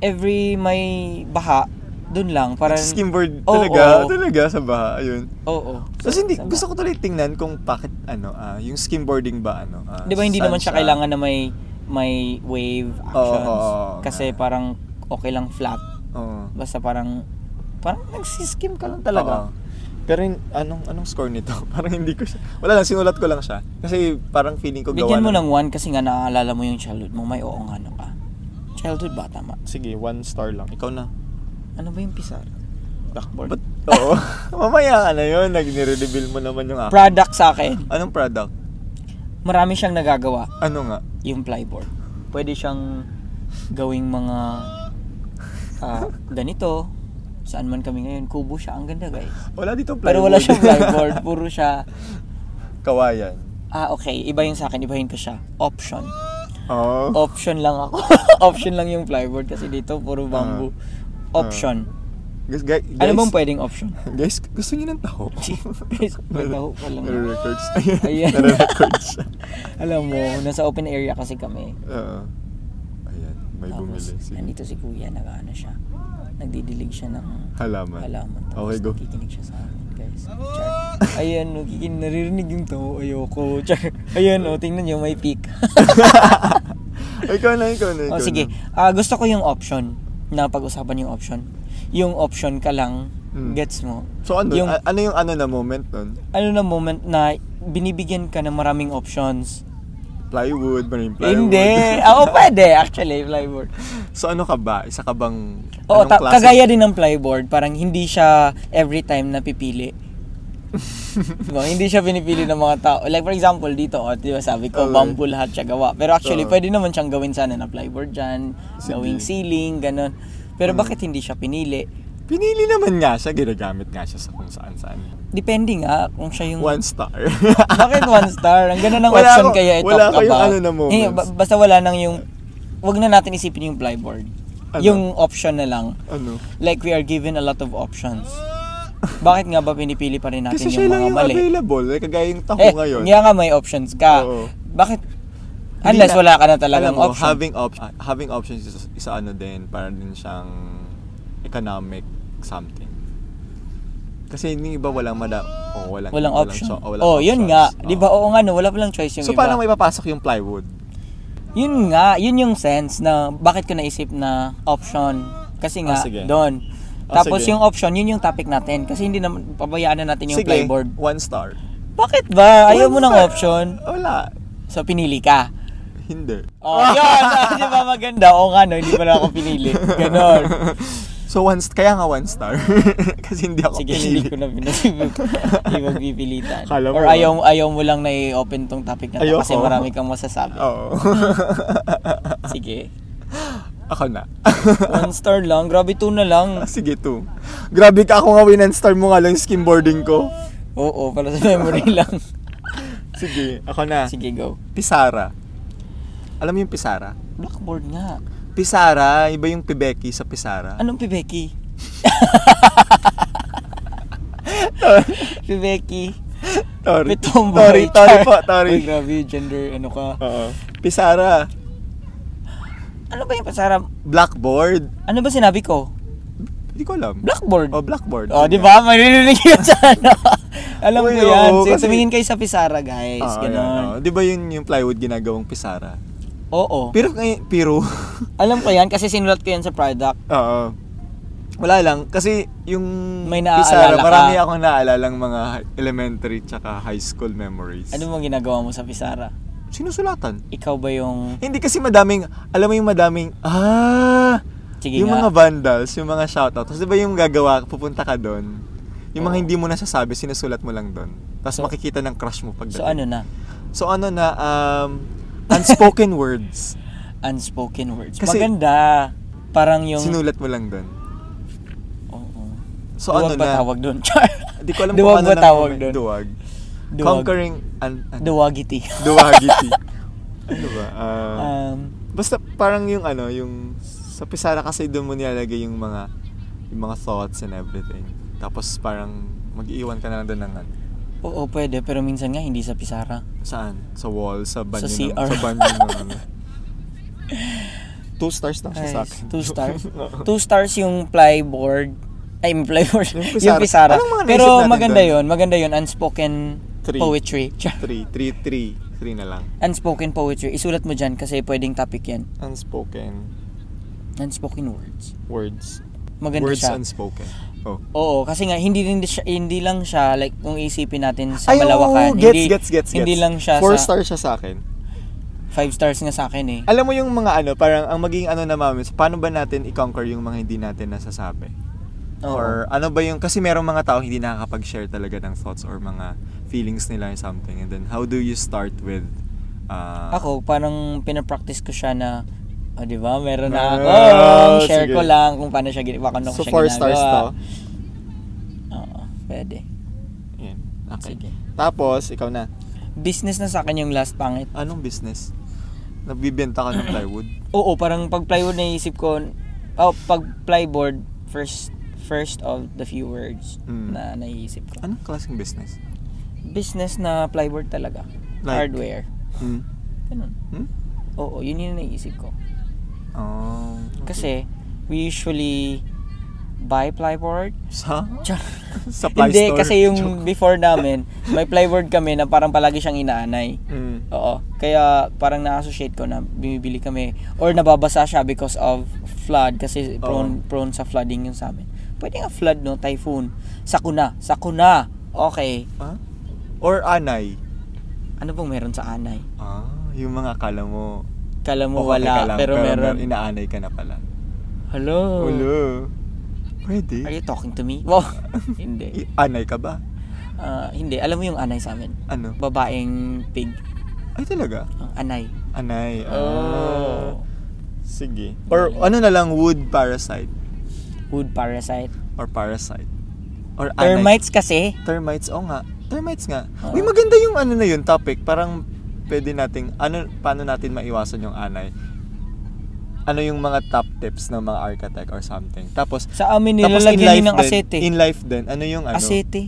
Speaker 1: every may baha, dun lang. Parang,
Speaker 2: skimboard
Speaker 1: Oo,
Speaker 2: talaga,
Speaker 1: oo.
Speaker 2: talaga sa baha, ayun.
Speaker 1: Oo.
Speaker 2: Tapos hindi, gusto ko tuloy tingnan kung bakit ano, ah, yung skimboarding ba ano. ah,
Speaker 1: Di ba hindi
Speaker 2: saan
Speaker 1: naman siya kailangan na may may wave actions?
Speaker 2: Oo, oo, oo.
Speaker 1: kasi parang okay lang flat.
Speaker 2: Oo.
Speaker 1: Basta parang, parang nagsiskim ka lang talaga.
Speaker 2: Oo. Pero yung- anong anong score nito? parang hindi ko siya. Wala lang sinulat ko lang siya. Kasi parang feeling ko gawa
Speaker 1: Bigyan mo ng one kasi nga naaalala mo yung childhood mo. May oo nga ano ka. Childhood ba? Tama.
Speaker 2: Sige, one star lang. Ikaw na.
Speaker 1: Ano ba yung pisar? Blackboard.
Speaker 2: But, oo. Mamaya, ano yun, nag reveal mo naman yung akin.
Speaker 1: Product sa akin.
Speaker 2: Anong product?
Speaker 1: Marami siyang nagagawa.
Speaker 2: Ano nga?
Speaker 1: Yung plyboard. Pwede siyang gawing mga ah, ganito. Saan man kami ngayon. Kubo siya. Ang ganda guys.
Speaker 2: Wala dito plywood.
Speaker 1: Pero wala siyang plyboard. Puro siya.
Speaker 2: Kawayan.
Speaker 1: Ah, okay. Iba yung sa akin. Ibahin ko siya. Option.
Speaker 2: Oo. Oh.
Speaker 1: Option lang ako. Option lang yung plyboard kasi dito puro bamboo. Option.
Speaker 2: Guys, Ah. guys,
Speaker 1: Ano bang pwedeng option?
Speaker 2: Guys, gusto niyo ng taho?
Speaker 1: Guys, may taho pa lang.
Speaker 2: Nare-records.
Speaker 1: Ayan.
Speaker 2: Ayan. Nare-records siya.
Speaker 1: Alam mo, nasa open area kasi kami.
Speaker 2: Oo. Ayan, may bumili.
Speaker 1: Tapos,
Speaker 2: Sige.
Speaker 1: nandito si kuya, nag-ano siya. Nagdidilig siya ng
Speaker 2: Halaman.
Speaker 1: halaman. Tapos
Speaker 2: Okay, go.
Speaker 1: nakikinig siya sa amin, guys. Char. Ayan, no, kikin, naririnig yung tao. Ayoko, char. Ayan, no, tingnan nyo, may peak.
Speaker 2: ikaw na, ikaw na, ikaw
Speaker 1: o, sige.
Speaker 2: na.
Speaker 1: Ah, gusto ko yung option. Na pag-usapan yung option. Yung option ka lang,
Speaker 2: Mm.
Speaker 1: gets mo.
Speaker 2: So ano,
Speaker 1: Yung-
Speaker 2: a- ano yung ano na moment nun?
Speaker 1: Ano na moment na binibigyan ka ng maraming options.
Speaker 2: Plywood, maraming plywood.
Speaker 1: Hindi. Oo, pwede, actually, plyboard.
Speaker 2: so ano ka ba? Isa ka bang,
Speaker 1: Oo,
Speaker 2: anong
Speaker 1: ta-
Speaker 2: klase?
Speaker 1: kagaya din ng plyboard, parang hindi siya every time napipili. no, hindi siya pinipili ng mga tao. Like for example, dito, oh, di ba sabi ko,
Speaker 2: Okay.
Speaker 1: bamboo lahat siya gawa. Pero actually,
Speaker 2: Oo.
Speaker 1: pwede naman siyang gawin sana na plyboard dyan,
Speaker 2: Sige.
Speaker 1: gawing ceiling, ganun. Pero
Speaker 2: Mm.
Speaker 1: bakit hindi siya pinili?
Speaker 2: Pinili naman nga siya, ginagamit nga siya sa kung saan saan.
Speaker 1: Depende nga kung siya yung...
Speaker 2: One star.
Speaker 1: Bakit one star? Ang ganda ng
Speaker 2: Wala
Speaker 1: option
Speaker 2: ako-
Speaker 1: kaya i-talk
Speaker 2: wala ako yung
Speaker 1: about.
Speaker 2: ano na moments.
Speaker 1: Eh, ba- basta wala nang yung... Wag na natin isipin yung plyboard.
Speaker 2: Ano?
Speaker 1: Yung option na lang.
Speaker 2: ano?
Speaker 1: Like we are given a lot of options. Bakit nga ba pinipili pa rin natin
Speaker 2: Kasi siya
Speaker 1: yung mga
Speaker 2: lang yung
Speaker 1: mali?
Speaker 2: available. Like, kagaya yung taho
Speaker 1: eh,
Speaker 2: ngayon.
Speaker 1: kaya nga may options ka.
Speaker 2: Oo.
Speaker 1: Bakit? Unless
Speaker 2: na-
Speaker 1: wala ka na talagang
Speaker 2: alam mo,
Speaker 1: option.
Speaker 2: Having, op- ah, having options is isa ano din, para din siyang economic something. Kasi yung iba walang mada... Oh, walang,
Speaker 1: walang option.
Speaker 2: so- walang
Speaker 1: oh, yun
Speaker 2: options.
Speaker 1: nga. Di ba? Oo
Speaker 2: Oo.
Speaker 1: nga, no, wala palang choice yung
Speaker 2: So,
Speaker 1: iba.
Speaker 2: paano may papasok yung plywood?
Speaker 1: Yun nga, yun yung sense na bakit ko naisip na option. Kasi
Speaker 2: Ah,
Speaker 1: nga,
Speaker 2: sige.
Speaker 1: doon.
Speaker 2: Ah,
Speaker 1: Tapos
Speaker 2: sige.
Speaker 1: yung option, yun yung topic natin. Kasi hindi naman, pabayaan na natin yung
Speaker 2: Sige,
Speaker 1: playboard.
Speaker 2: one star.
Speaker 1: Bakit ba? Ayaw mo
Speaker 2: One
Speaker 1: ng
Speaker 2: star.
Speaker 1: option.
Speaker 2: Wala.
Speaker 1: So, pinili ka.
Speaker 2: Hindi.
Speaker 1: Oh, yun! Di ba maganda? Oo nga, no, hindi pala ako pinili. Ganon.
Speaker 2: So, one, st- kaya nga one star. Kasi hindi ako
Speaker 1: Sige,
Speaker 2: pinili.
Speaker 1: hindi ko na pinasibig. Hindi magpipilitan.
Speaker 2: Kala mo
Speaker 1: Or
Speaker 2: ba?
Speaker 1: ayaw, ayaw mo lang na i-open tong topic na to
Speaker 2: Ayoko.
Speaker 1: kasi marami kang masasabi.
Speaker 2: Oo.
Speaker 1: Sige.
Speaker 2: ako na.
Speaker 1: One star lang. Grabe, two na lang.
Speaker 2: Sige, two. Grabe ka ako nga winan-star mo nga lang yung skimboarding ko.
Speaker 1: Oo, para sa memory lang.
Speaker 2: Sige, ako na.
Speaker 1: Sige, go.
Speaker 2: Pisara. Alam mo yung Pisara?
Speaker 1: Blackboard nga.
Speaker 2: Pisara, iba yung Pibeki sa Pisara.
Speaker 1: Anong pibeki? pibeki.
Speaker 2: Tori.
Speaker 1: Pitong
Speaker 2: Tori,
Speaker 1: boy.
Speaker 2: Tori
Speaker 1: Char.
Speaker 2: po, Tori.
Speaker 1: Uy, grabe, gender, ano ka.
Speaker 2: Oo. Pisara.
Speaker 1: Ano ba yung pasara?
Speaker 2: Blackboard.
Speaker 1: Ano ba sinabi ko?
Speaker 2: Hindi ko alam.
Speaker 1: Blackboard.
Speaker 2: Oh, blackboard.
Speaker 1: Oh, di ba? Maririnig yun sa ano. Alam ko
Speaker 2: Uy,
Speaker 1: yan.
Speaker 2: oo,
Speaker 1: So,
Speaker 2: kasi-
Speaker 1: Tumingin kayo sa Pisara, guys.
Speaker 2: Ah, ayan,
Speaker 1: Ganon.
Speaker 2: oh. Di ba yun yung plywood ginagawang Pisara?
Speaker 1: Oo.
Speaker 2: Pero ngayon, Piro.
Speaker 1: Alam ko yan kasi sinulat ko yan sa product.
Speaker 2: Oo. Wala lang. Kasi yung
Speaker 1: May
Speaker 2: Pisara,
Speaker 1: naaalala ka.
Speaker 2: marami akong naalalang mga elementary tsaka high school memories.
Speaker 1: Ano mo ginagawa mo sa Pisara?
Speaker 2: Sinusulatan.
Speaker 1: Ikaw ba yung...
Speaker 2: Hindi kasi madaming, alam mo yung madaming, ah,
Speaker 1: Sige
Speaker 2: yung
Speaker 1: nga.
Speaker 2: mga vandals, yung mga shoutout. Tapos di ba yung gagawa, pupunta ka doon, yung mga
Speaker 1: Oo.
Speaker 2: hindi mo nasasabi, sinusulat mo lang doon. Tapos
Speaker 1: So-
Speaker 2: makikita ng crush mo pagdating.
Speaker 1: So, ano na?
Speaker 2: So ano na, um, unspoken words.
Speaker 1: Unspoken words.
Speaker 2: Kasi-
Speaker 1: Maganda. Parang yung...
Speaker 2: Sinulat mo lang doon.
Speaker 1: Oo.
Speaker 2: So
Speaker 1: Duwag
Speaker 2: ano
Speaker 1: ba
Speaker 2: na,
Speaker 1: tawag doon? Char.
Speaker 2: di ko alam
Speaker 1: Duwag
Speaker 2: kung ano
Speaker 1: ba
Speaker 2: ng
Speaker 1: tawag
Speaker 2: moment.
Speaker 1: doon?
Speaker 2: Duwag.
Speaker 1: Duwag.
Speaker 2: Conquering, un- un-
Speaker 1: Duwagiti.
Speaker 2: duwagity. ano ba? Ah,
Speaker 1: Um,
Speaker 2: Basta parang yung ano, yung sa Pisara kasi doon mo nilalagay yung mga yung mga thoughts and everything. Tapos parang mag-iwan ka na lang doon ng ano.
Speaker 1: Oo, pwede. Pero minsan nga, hindi sa pisara.
Speaker 2: Saan? Sa wall, sa
Speaker 1: Sa
Speaker 2: banyo ng-
Speaker 1: CR.
Speaker 2: sa banyo ng ano. Two stars na siya sa
Speaker 1: Guys,
Speaker 2: akin.
Speaker 1: two stars. two stars yung plyboard. Ay, yung plyboard.
Speaker 2: Yung
Speaker 1: Yung pisara.
Speaker 2: pisara. Anong mga naisip
Speaker 1: Pero
Speaker 2: natin
Speaker 1: maganda
Speaker 2: doon?
Speaker 1: yon Maganda yon Unspoken
Speaker 2: Three.
Speaker 1: poetry. Char.
Speaker 2: three, three, three. Three na lang.
Speaker 1: Unspoken poetry. Isulat mo dyan kasi pwedeng topic yan.
Speaker 2: Unspoken
Speaker 1: Unspoken words.
Speaker 2: words.
Speaker 1: Maganda
Speaker 2: words
Speaker 1: siya.
Speaker 2: unspoken. Oh.
Speaker 1: Oo, kasi nga hindi din siya hindi lang siya like kung isipin natin sa
Speaker 2: Ay, oo,
Speaker 1: Malawakan,
Speaker 2: gets,
Speaker 1: hindi
Speaker 2: gets, gets,
Speaker 1: hindi
Speaker 2: gets.
Speaker 1: lang siya
Speaker 2: Four
Speaker 1: sa
Speaker 2: stars siya sa akin.
Speaker 1: five stars nga sa akin eh.
Speaker 2: Alam mo yung mga ano, parang ang magiging ano na mamis, paano ba natin i-conquer yung mga hindi natin nasasabi?
Speaker 1: Oo.
Speaker 2: Or ano ba yung, kasi merong mga tao hindi nakakapag-share talaga ng thoughts or mga feelings nila or something. And then, how do you start with, uh,
Speaker 1: Ako, parang pinapractice ko siya na, o di ba, meron na ako. Um,
Speaker 2: Ah,
Speaker 1: share
Speaker 2: sige.
Speaker 1: ko lang kung paano siya ginawa, kung ano ko
Speaker 2: so
Speaker 1: siya
Speaker 2: four
Speaker 1: ginagawa.
Speaker 2: stars to?
Speaker 1: Oo, pwede.
Speaker 2: Yan. Okay.
Speaker 1: Sige.
Speaker 2: Tapos, ikaw na.
Speaker 1: Business na sa akin yung last pangit.
Speaker 2: Anong business? Nagbibenta ka ng plywood?
Speaker 1: Oo, parang pag plywood naisip ko, oh, pag plyboard, first first of the few words
Speaker 2: Mm.
Speaker 1: na naisip ko.
Speaker 2: Anong klaseng business?
Speaker 1: Business na plyboard talaga.
Speaker 2: Like-
Speaker 1: Hardware.
Speaker 2: Hmm?
Speaker 1: Ganun.
Speaker 2: Hmm?
Speaker 1: Oo, yun yung naisip ko.
Speaker 2: Oh. okay.
Speaker 1: Kasi, we usually buy plyboard.
Speaker 2: Sa?
Speaker 1: Char-
Speaker 2: sa ply
Speaker 1: Hindi,
Speaker 2: store?
Speaker 1: kasi yung
Speaker 2: Joke.
Speaker 1: before namin, may plyboard kami na parang palagi siyang inaanay.
Speaker 2: Hmm.
Speaker 1: Oo. Kaya parang na-associate ko na bumibili kami or nababasa siya because of flood kasi prone, prone sa flooding yun sa amin. Pwede nga flood, no? Typhoon. Sakuna. Sakuna. Okay.
Speaker 2: Ah? Or anay?
Speaker 1: Ano bang meron sa anay?
Speaker 2: Ah, yung mga akala mo
Speaker 1: Kala mo
Speaker 2: okay
Speaker 1: wala,
Speaker 2: ka lang,
Speaker 1: pero, meron. Oh.
Speaker 2: inaanay ka na pala.
Speaker 1: Hello?
Speaker 2: Ulo. Pwede.
Speaker 1: Are you talking to me? Wow. hindi.
Speaker 2: I- Anay ka ba?
Speaker 1: Ah, hindi. Alam mo yung anay sa amin?
Speaker 2: Ano?
Speaker 1: Babaeng pig.
Speaker 2: Ay talaga?
Speaker 1: Ang anay.
Speaker 2: Anay. Ah,
Speaker 1: Oh.
Speaker 2: sige. Or ano na lang wood parasite
Speaker 1: Wood parasite.
Speaker 2: or parasite. Or anay.
Speaker 1: Termites kasi.
Speaker 2: Termites, oo nga. Termites nga.
Speaker 1: Oo.
Speaker 2: Uy, maganda yung ano na yun, topic. Parang pwede nating, ano, paano natin maiwasan yung anay? Ano yung mga top tips ng mga architect or something? Tapos,
Speaker 1: Sa amin
Speaker 2: tapos in
Speaker 1: nilalagyan
Speaker 2: life
Speaker 1: yun ng
Speaker 2: din-
Speaker 1: asete.
Speaker 2: In life din, ano yung ano?
Speaker 1: Asete.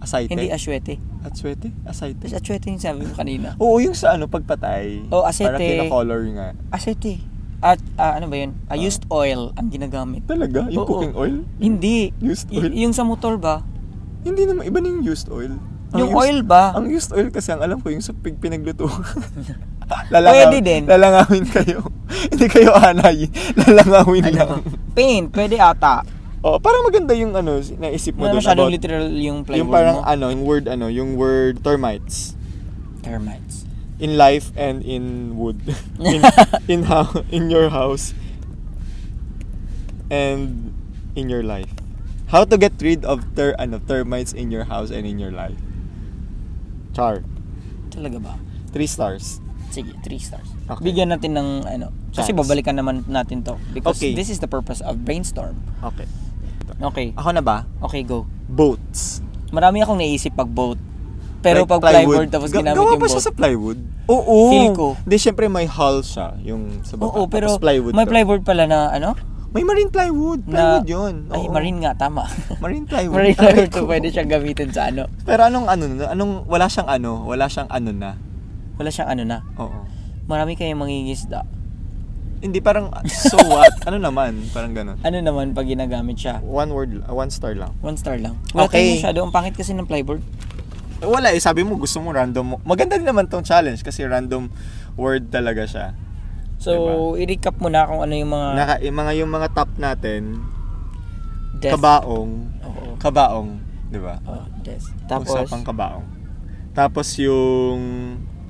Speaker 2: Asite?
Speaker 1: Hindi aswete.
Speaker 2: Aswete? Asite?
Speaker 1: Tapos aswete yung sabi mo kanina.
Speaker 2: Oo, yung sa ano, pagpatay.
Speaker 1: Oo, asete.
Speaker 2: Parang kinakolor nga.
Speaker 1: Aswete. At ah, ano ba yun? Ah,
Speaker 2: Ah.
Speaker 1: used oil ang ginagamit.
Speaker 2: Talaga? Yung
Speaker 1: Oo.
Speaker 2: cooking oil?
Speaker 1: Hindi.
Speaker 2: Used
Speaker 1: Y-
Speaker 2: oil?
Speaker 1: yung sa motor ba?
Speaker 2: Hindi naman, iba na yung used oil. Ang
Speaker 1: yung
Speaker 2: Ah, used-
Speaker 1: oil ba?
Speaker 2: Ang used oil kasi ang alam ko yung sa pig pinagluto.
Speaker 1: Pwede din.
Speaker 2: Lalangawin kayo. Hindi kayo anay. Lalangawin
Speaker 1: Ano
Speaker 2: lang.
Speaker 1: ba? Paint. Pwede ata.
Speaker 2: Oo, parang maganda yung ano, naisip mo
Speaker 1: Wala
Speaker 2: doon
Speaker 1: masyadong
Speaker 2: about
Speaker 1: literal yung plywood
Speaker 2: yung
Speaker 1: mo.
Speaker 2: parang ano, yung word ano, yung word termites
Speaker 1: Termites.
Speaker 2: in life and in wood. in in, how, in your house and in your life. How to get rid of ter ano, termites in your house and in your life. Char.
Speaker 1: Talaga ba?
Speaker 2: Three stars.
Speaker 1: Sige, 3 stars.
Speaker 2: Okay.
Speaker 1: Bigyan natin ng ano. Kasi
Speaker 2: Chance.
Speaker 1: babalikan naman natin to. Because
Speaker 2: Okay.
Speaker 1: this is the purpose of brainstorm.
Speaker 2: Okay.
Speaker 1: Okay.
Speaker 2: Ako na ba?
Speaker 1: Okay, go.
Speaker 2: Boats.
Speaker 1: Marami akong naisip pag boat. Pero
Speaker 2: Like
Speaker 1: pag plywood, tapos
Speaker 2: Ga-
Speaker 1: ginamit
Speaker 2: gawa
Speaker 1: yung
Speaker 2: ba siya
Speaker 1: boat.
Speaker 2: sa plywood? Oo.
Speaker 1: Feel ko.
Speaker 2: Hindi, syempre may hull siya. Yung sa baba.
Speaker 1: Oo, pero
Speaker 2: tapos plywood
Speaker 1: may
Speaker 2: to.
Speaker 1: plywood pala na ano?
Speaker 2: May marine plywood.
Speaker 1: Na,
Speaker 2: Plywood yun.
Speaker 1: Ay,
Speaker 2: Oo.
Speaker 1: marine nga, tama.
Speaker 2: Marine plywood.
Speaker 1: marine plywood to
Speaker 2: Aray ko.
Speaker 1: pwede siyang gamitin sa ano.
Speaker 2: Pero anong ano na? Anong, wala siyang ano? Wala siyang ano na.
Speaker 1: Wala siyang ano na.
Speaker 2: Oo.
Speaker 1: Marami kayong mangingisda.
Speaker 2: Hindi, parang so what? ano naman? Parang ganun.
Speaker 1: Ano naman pag ginagamit siya?
Speaker 2: One word, uh, one star lang.
Speaker 1: One star lang. Wala okay.
Speaker 2: Okay.
Speaker 1: masyado. Ang pangit kasi ng plyboard.
Speaker 2: Eh, wala eh, sabi mo gusto mo random. mo- Maganda din naman tong challenge kasi random word talaga siya. Diba?
Speaker 1: So, i-recap mo na kung ano yung mga
Speaker 2: Naka, yung mga yung mga top natin,
Speaker 1: death.
Speaker 2: kabaong,
Speaker 1: Oo.
Speaker 2: kabaong, 'di ba?
Speaker 1: Oh, death. Tapos,
Speaker 2: Usapang kabaong. Tapos yung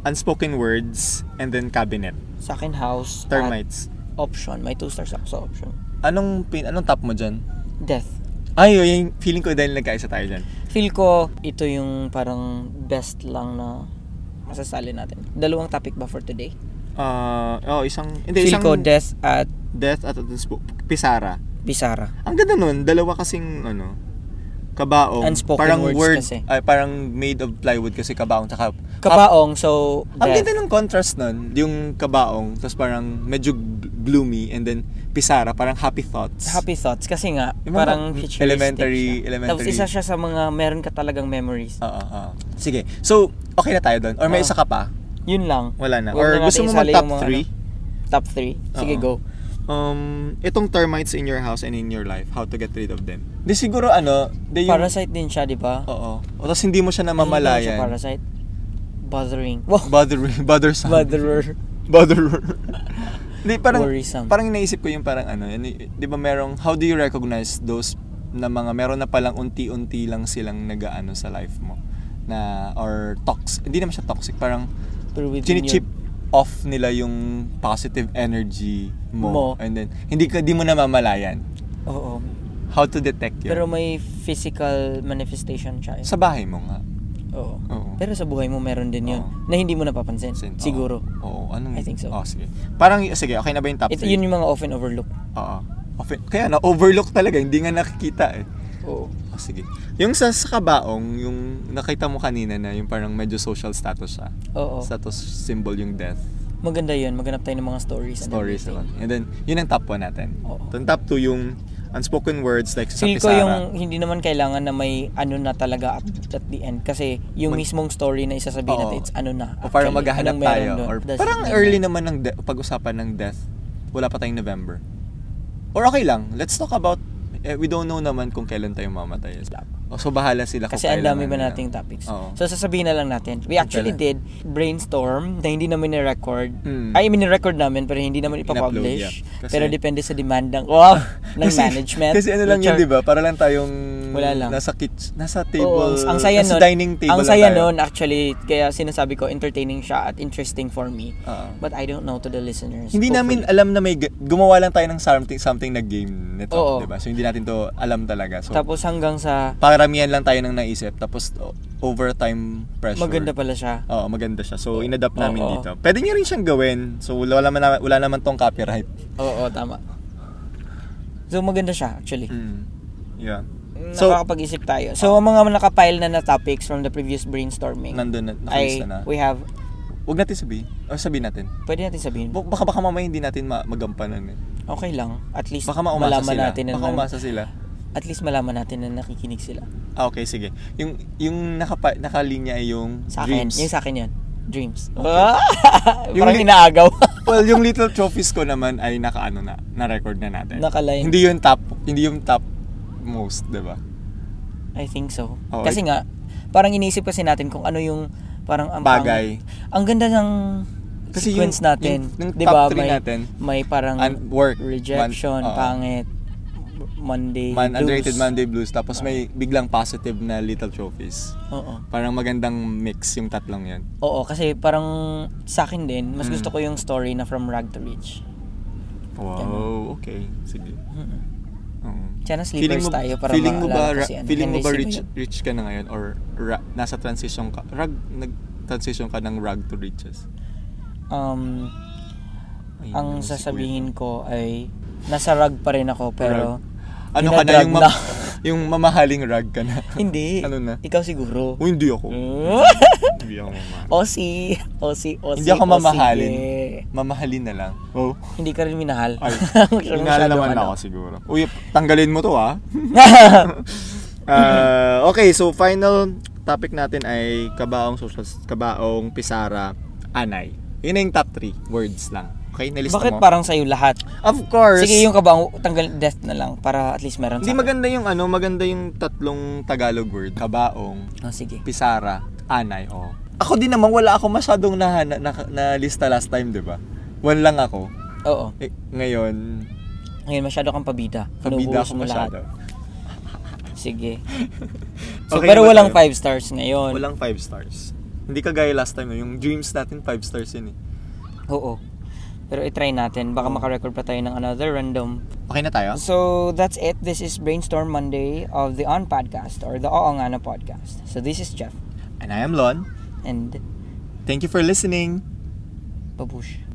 Speaker 2: unspoken words and then cabinet,
Speaker 1: sa akin house, at
Speaker 2: termites.
Speaker 1: option. May two stars ako sa option.
Speaker 2: Anong pin anong top mo diyan?
Speaker 1: Death.
Speaker 2: Ay, yung feeling ko dahil nagkaisa tayo diyan.
Speaker 1: Feel ko, ito yung parang best lang na masasali natin. Dalawang topic ba for today?
Speaker 2: Ah, oh, isang hindi
Speaker 1: Feel
Speaker 2: isang
Speaker 1: ko, death at
Speaker 2: death at unspo- pisara.
Speaker 1: bisara.
Speaker 2: Ang ganda nun, dalawa kasing ano, kabaong.
Speaker 1: Unspoken
Speaker 2: parang
Speaker 1: words
Speaker 2: word,
Speaker 1: kasi.
Speaker 2: Ay, parang made of plywood kasi kabaong. Tsaka,
Speaker 1: Kabaong, so
Speaker 2: ang
Speaker 1: death.
Speaker 2: ganda ng contrast nun, yung kabaong, tapos parang medyo gl- gloomy, and then Pisara, parang happy thoughts.
Speaker 1: Happy thoughts kasi nga
Speaker 2: Yung mga
Speaker 1: parang
Speaker 2: m-
Speaker 1: futuristic
Speaker 2: elementary-
Speaker 1: siya. Tapos
Speaker 2: elementary- Ah.
Speaker 1: isa siya sa mga meron ka talagang memories.
Speaker 2: Oo, oo. Sige. So, okay na tayo doon. Or
Speaker 1: Oo.
Speaker 2: may isa ka pa?
Speaker 1: Yun lang.
Speaker 2: Wala na.
Speaker 1: Huwag
Speaker 2: Or
Speaker 1: Ah. natin
Speaker 2: gusto mo
Speaker 1: isali
Speaker 2: mag-top
Speaker 1: yung mga
Speaker 2: three?
Speaker 1: ano. top 3? Sige,
Speaker 2: Oo.
Speaker 1: go.
Speaker 2: Um, itong termites in your house and in your life, how to get rid of them? Di siguro ano, di yung...
Speaker 1: Parasite din siya, di ba?
Speaker 2: Oo. O tapos hindi mo siya namamalayan.
Speaker 1: Ano ba siya, parasite? Bothering. Wow.
Speaker 2: Bother, bothersome.
Speaker 1: Botherer.
Speaker 2: Botherer. Hindi, parang,
Speaker 1: Worrisome.
Speaker 2: parang naisip ko yung parang ano, yun, y- di ba merong, how do you recognize those na mga meron na palang unti-unti lang silang nagaano sa life mo? Na, or toxic, hindi naman siya toxic, parang
Speaker 1: Pero within
Speaker 2: chinichip
Speaker 1: your-
Speaker 2: off nila yung positive energy
Speaker 1: Mo.
Speaker 2: mo. And then, hindi ka, di mo namamalayan.
Speaker 1: Oo.
Speaker 2: How to detect yun.
Speaker 1: Pero may physical manifestation siya. Eh.
Speaker 2: sa bahay mo nga.
Speaker 1: Oo.
Speaker 2: Oo.
Speaker 1: Pero sa buhay mo meron din yun.
Speaker 2: Oo.
Speaker 1: Na hindi mo napapansin.
Speaker 2: Sin-
Speaker 1: Siguro.
Speaker 2: Oo, oh, anong...
Speaker 1: I think so.
Speaker 2: Oh, sige. Parang, sige, okay na ba yung top
Speaker 1: Ito,
Speaker 2: three?
Speaker 1: yun yung mga often overlook.
Speaker 2: Oo. Offen- Kaya na-overlook talaga, hindi nga nakikita eh.
Speaker 1: Oo.
Speaker 2: Oh, sige. Yung sa, sa kabaong, yung nakita mo kanina na yung parang medyo social status siya.
Speaker 1: Oo.
Speaker 2: Status symbol yung death
Speaker 1: Maganda yun. Maganap tayo ng mga stories. and
Speaker 2: stories naman.
Speaker 1: everything.
Speaker 2: And then, yun ang top 1 natin.
Speaker 1: Oo.
Speaker 2: Yung top 2 yung unspoken words like sa
Speaker 1: Feel ko
Speaker 2: Pisara.
Speaker 1: yung hindi naman kailangan na may ano na talaga at, at the end. Kasi yung
Speaker 2: Mag-
Speaker 1: mismong story na isasabihin
Speaker 2: Oo.
Speaker 1: natin, it's ano na.
Speaker 2: O parang
Speaker 1: actually.
Speaker 2: maghahanap
Speaker 1: Anong meron
Speaker 2: tayo.
Speaker 1: dun?
Speaker 2: Or
Speaker 1: Doesn't
Speaker 2: parang
Speaker 1: matter.
Speaker 2: early naman ng de- pag-usapan ng death. Wala pa tayong November. Or okay lang, let's talk about eh, we don't know naman kung kailan tayo mamatay. O, so bahala sila kung
Speaker 1: Kasi ang dami
Speaker 2: kailangan
Speaker 1: ba
Speaker 2: nila.
Speaker 1: nating topics.
Speaker 2: Oo.
Speaker 1: So sasabihin na lang natin. We actually did
Speaker 2: Kailan.
Speaker 1: brainstorm na hindi namin ni-record.
Speaker 2: Hmm.
Speaker 1: Ay, I mean, record namin pero hindi namin
Speaker 2: In-upload,
Speaker 1: ipapublish.
Speaker 2: yeah. Kasi-
Speaker 1: pero depende sa demand ng, wow, ng management.
Speaker 2: Kasi ano lang yun,
Speaker 1: Which are-
Speaker 2: di ba? Para lang tayong
Speaker 1: Wala lang.
Speaker 2: nasa kitchen, nasa table,
Speaker 1: Oo, ang- ang saya
Speaker 2: nasa
Speaker 1: nun.
Speaker 2: dining table
Speaker 1: Ang
Speaker 2: lang
Speaker 1: saya
Speaker 2: tayo.
Speaker 1: nun actually, kaya sinasabi ko entertaining siya at interesting for me.
Speaker 2: Oo.
Speaker 1: But I don't know to the listeners.
Speaker 2: Hindi namin
Speaker 1: Ah. Hopefully.
Speaker 2: alam na may g- gumawa lang tayo ng something something na game nito,
Speaker 1: Oo.
Speaker 2: di ba? So hindi natin to alam talaga. So
Speaker 1: Tapos hanggang sa
Speaker 2: paramihan lang tayo ng naisip tapos o- overtime pressure.
Speaker 1: maganda pala siya.
Speaker 2: Oo, maganda siya. So inadapt
Speaker 1: Oo.
Speaker 2: namin dito. Pwede niya rin siyang gawin. So wala wala, man- wala naman tong copyright.
Speaker 1: Oo, tama. So maganda siya actually.
Speaker 2: Mm. Yeah.
Speaker 1: So,
Speaker 2: So
Speaker 1: Nakakapag-isip tayo. So, ang mga nakapile na na topics from the previous brainstorming,
Speaker 2: nandun na
Speaker 1: ay,
Speaker 2: nakalista na.
Speaker 1: we have,
Speaker 2: Huwag natin sabihin. O sabihin natin.
Speaker 1: pwede natin sabihin,
Speaker 2: Bu- Baka baka mamaya hindi natin ma- magampanan eh.
Speaker 1: okay lang, at least
Speaker 2: Baka maumasa
Speaker 1: malaman
Speaker 2: sila.
Speaker 1: natin na,
Speaker 2: Baka umasa sila.
Speaker 1: at least malaman natin na nakikinig sila.
Speaker 2: Ah, okay, sige. Yung yung nakapa, nakalinya ay yung
Speaker 1: Sa akin,
Speaker 2: dreams.
Speaker 1: yung sa akin yan, dreams.
Speaker 2: Yung
Speaker 1: Parang
Speaker 2: li-
Speaker 1: inaagaw.
Speaker 2: well, yung little trophies ko naman ay nakaano na, na-record na natin.
Speaker 1: Nakaline.
Speaker 2: Hindi yung top, hindi yung top most, 'di ba?
Speaker 1: I think so.
Speaker 2: Oo,
Speaker 1: kasi
Speaker 2: ik-
Speaker 1: nga, parang iniisip kasi natin kung ano yung, parang ang
Speaker 2: Bagay.
Speaker 1: Ang, ang ganda ng
Speaker 2: Kasi
Speaker 1: sequence
Speaker 2: yung-
Speaker 1: natin.
Speaker 2: yung- yung
Speaker 1: Di
Speaker 2: top
Speaker 1: ba,
Speaker 2: three
Speaker 1: may,
Speaker 2: natin,
Speaker 1: May parang
Speaker 2: and work, man-
Speaker 1: rejection,
Speaker 2: oo.
Speaker 1: pangit, Monday
Speaker 2: Man
Speaker 1: blues. Ah.
Speaker 2: underrated Monday blues tapos may biglang positive na little trophies.
Speaker 1: Oo.
Speaker 2: Parang magandang mix yung tatlong 'yan.
Speaker 1: Oo, kasi parang sa akin din, mas gusto
Speaker 2: Mm.
Speaker 1: ko yung story na From Rag to Rich.
Speaker 2: Wow, okay. Sige.
Speaker 1: Mm-mm.
Speaker 2: Oo.
Speaker 1: Siya na sleepers
Speaker 2: mo,
Speaker 1: tayo para
Speaker 2: Mm. feeling mo ba,
Speaker 1: maalala ko
Speaker 2: ra-
Speaker 1: si ano,
Speaker 2: feeling mo
Speaker 1: Henry
Speaker 2: ba
Speaker 1: Siba
Speaker 2: rich,
Speaker 1: yun.
Speaker 2: rich ka na ngayon or ra- nasa transition ka? Rag, nag-transition ka ng rag to riches?
Speaker 1: Um,
Speaker 2: Ay,
Speaker 1: ang
Speaker 2: yun, si
Speaker 1: sasabihin ko ay nasa rag pa rin ako
Speaker 2: Kuya.
Speaker 1: pero
Speaker 2: Rag. ano ka
Speaker 1: dinadrag
Speaker 2: na yung, ma-
Speaker 1: na.
Speaker 2: yung mamahaling rag ka na?
Speaker 1: hindi.
Speaker 2: ano na?
Speaker 1: Ikaw siguro.
Speaker 2: Oh, hindi ako. hindi ako mamahal.
Speaker 1: Osi, osi, osi.
Speaker 2: Hindi ako
Speaker 1: osi,
Speaker 2: mamahalin.
Speaker 1: yeah.
Speaker 2: Mamahalin na lang. Oh.
Speaker 1: Hindi ka rin minahal.
Speaker 2: Ay,
Speaker 1: Huwag siya
Speaker 2: inala
Speaker 1: masyadong
Speaker 2: naman
Speaker 1: ano.
Speaker 2: ako siguro. Uy, tanggalin mo to ah. Ah, okay, so final topic natin ay kabaong social, kabaong pisara, anay. Yun na yung top 3 words lang. Okay, nalista
Speaker 1: Bakit
Speaker 2: mo?
Speaker 1: parang sa'yo lahat?
Speaker 2: Of course.
Speaker 1: Sige, yung kabang tanggal death na lang para at least meron
Speaker 2: Hindi
Speaker 1: sa akin.
Speaker 2: maganda yung ano, maganda yung tatlong Tagalog word. Kabaong,
Speaker 1: Oh, sige.
Speaker 2: pisara, anay, oh. Ako din naman, wala ako masyadong na, na, na, lista last time, di ba? One lang ako.
Speaker 1: Oo.
Speaker 2: Eh, ngayon,
Speaker 1: Ngayon masyado kang pabida.
Speaker 2: pabida
Speaker 1: Pinubuhos
Speaker 2: ako
Speaker 1: mo
Speaker 2: masyado.
Speaker 1: Sige. So,
Speaker 2: Okay
Speaker 1: pero
Speaker 2: na ba
Speaker 1: walang
Speaker 2: tayo?
Speaker 1: 5 stars ngayon.
Speaker 2: Walang five stars. Hindi kagaya last time, eh. yung dreams natin five stars yun eh.
Speaker 1: Oo. Pero itry natin. Baka makarecord pa tayo ng another random.
Speaker 2: Okay na tayo?
Speaker 1: So, that's it. This is Brainstorm Monday of the On Podcast or the Oo Nga Na Podcast. So, this is Jeff.
Speaker 2: And I am Lon.
Speaker 1: And
Speaker 2: Thank you for listening.
Speaker 1: Babush.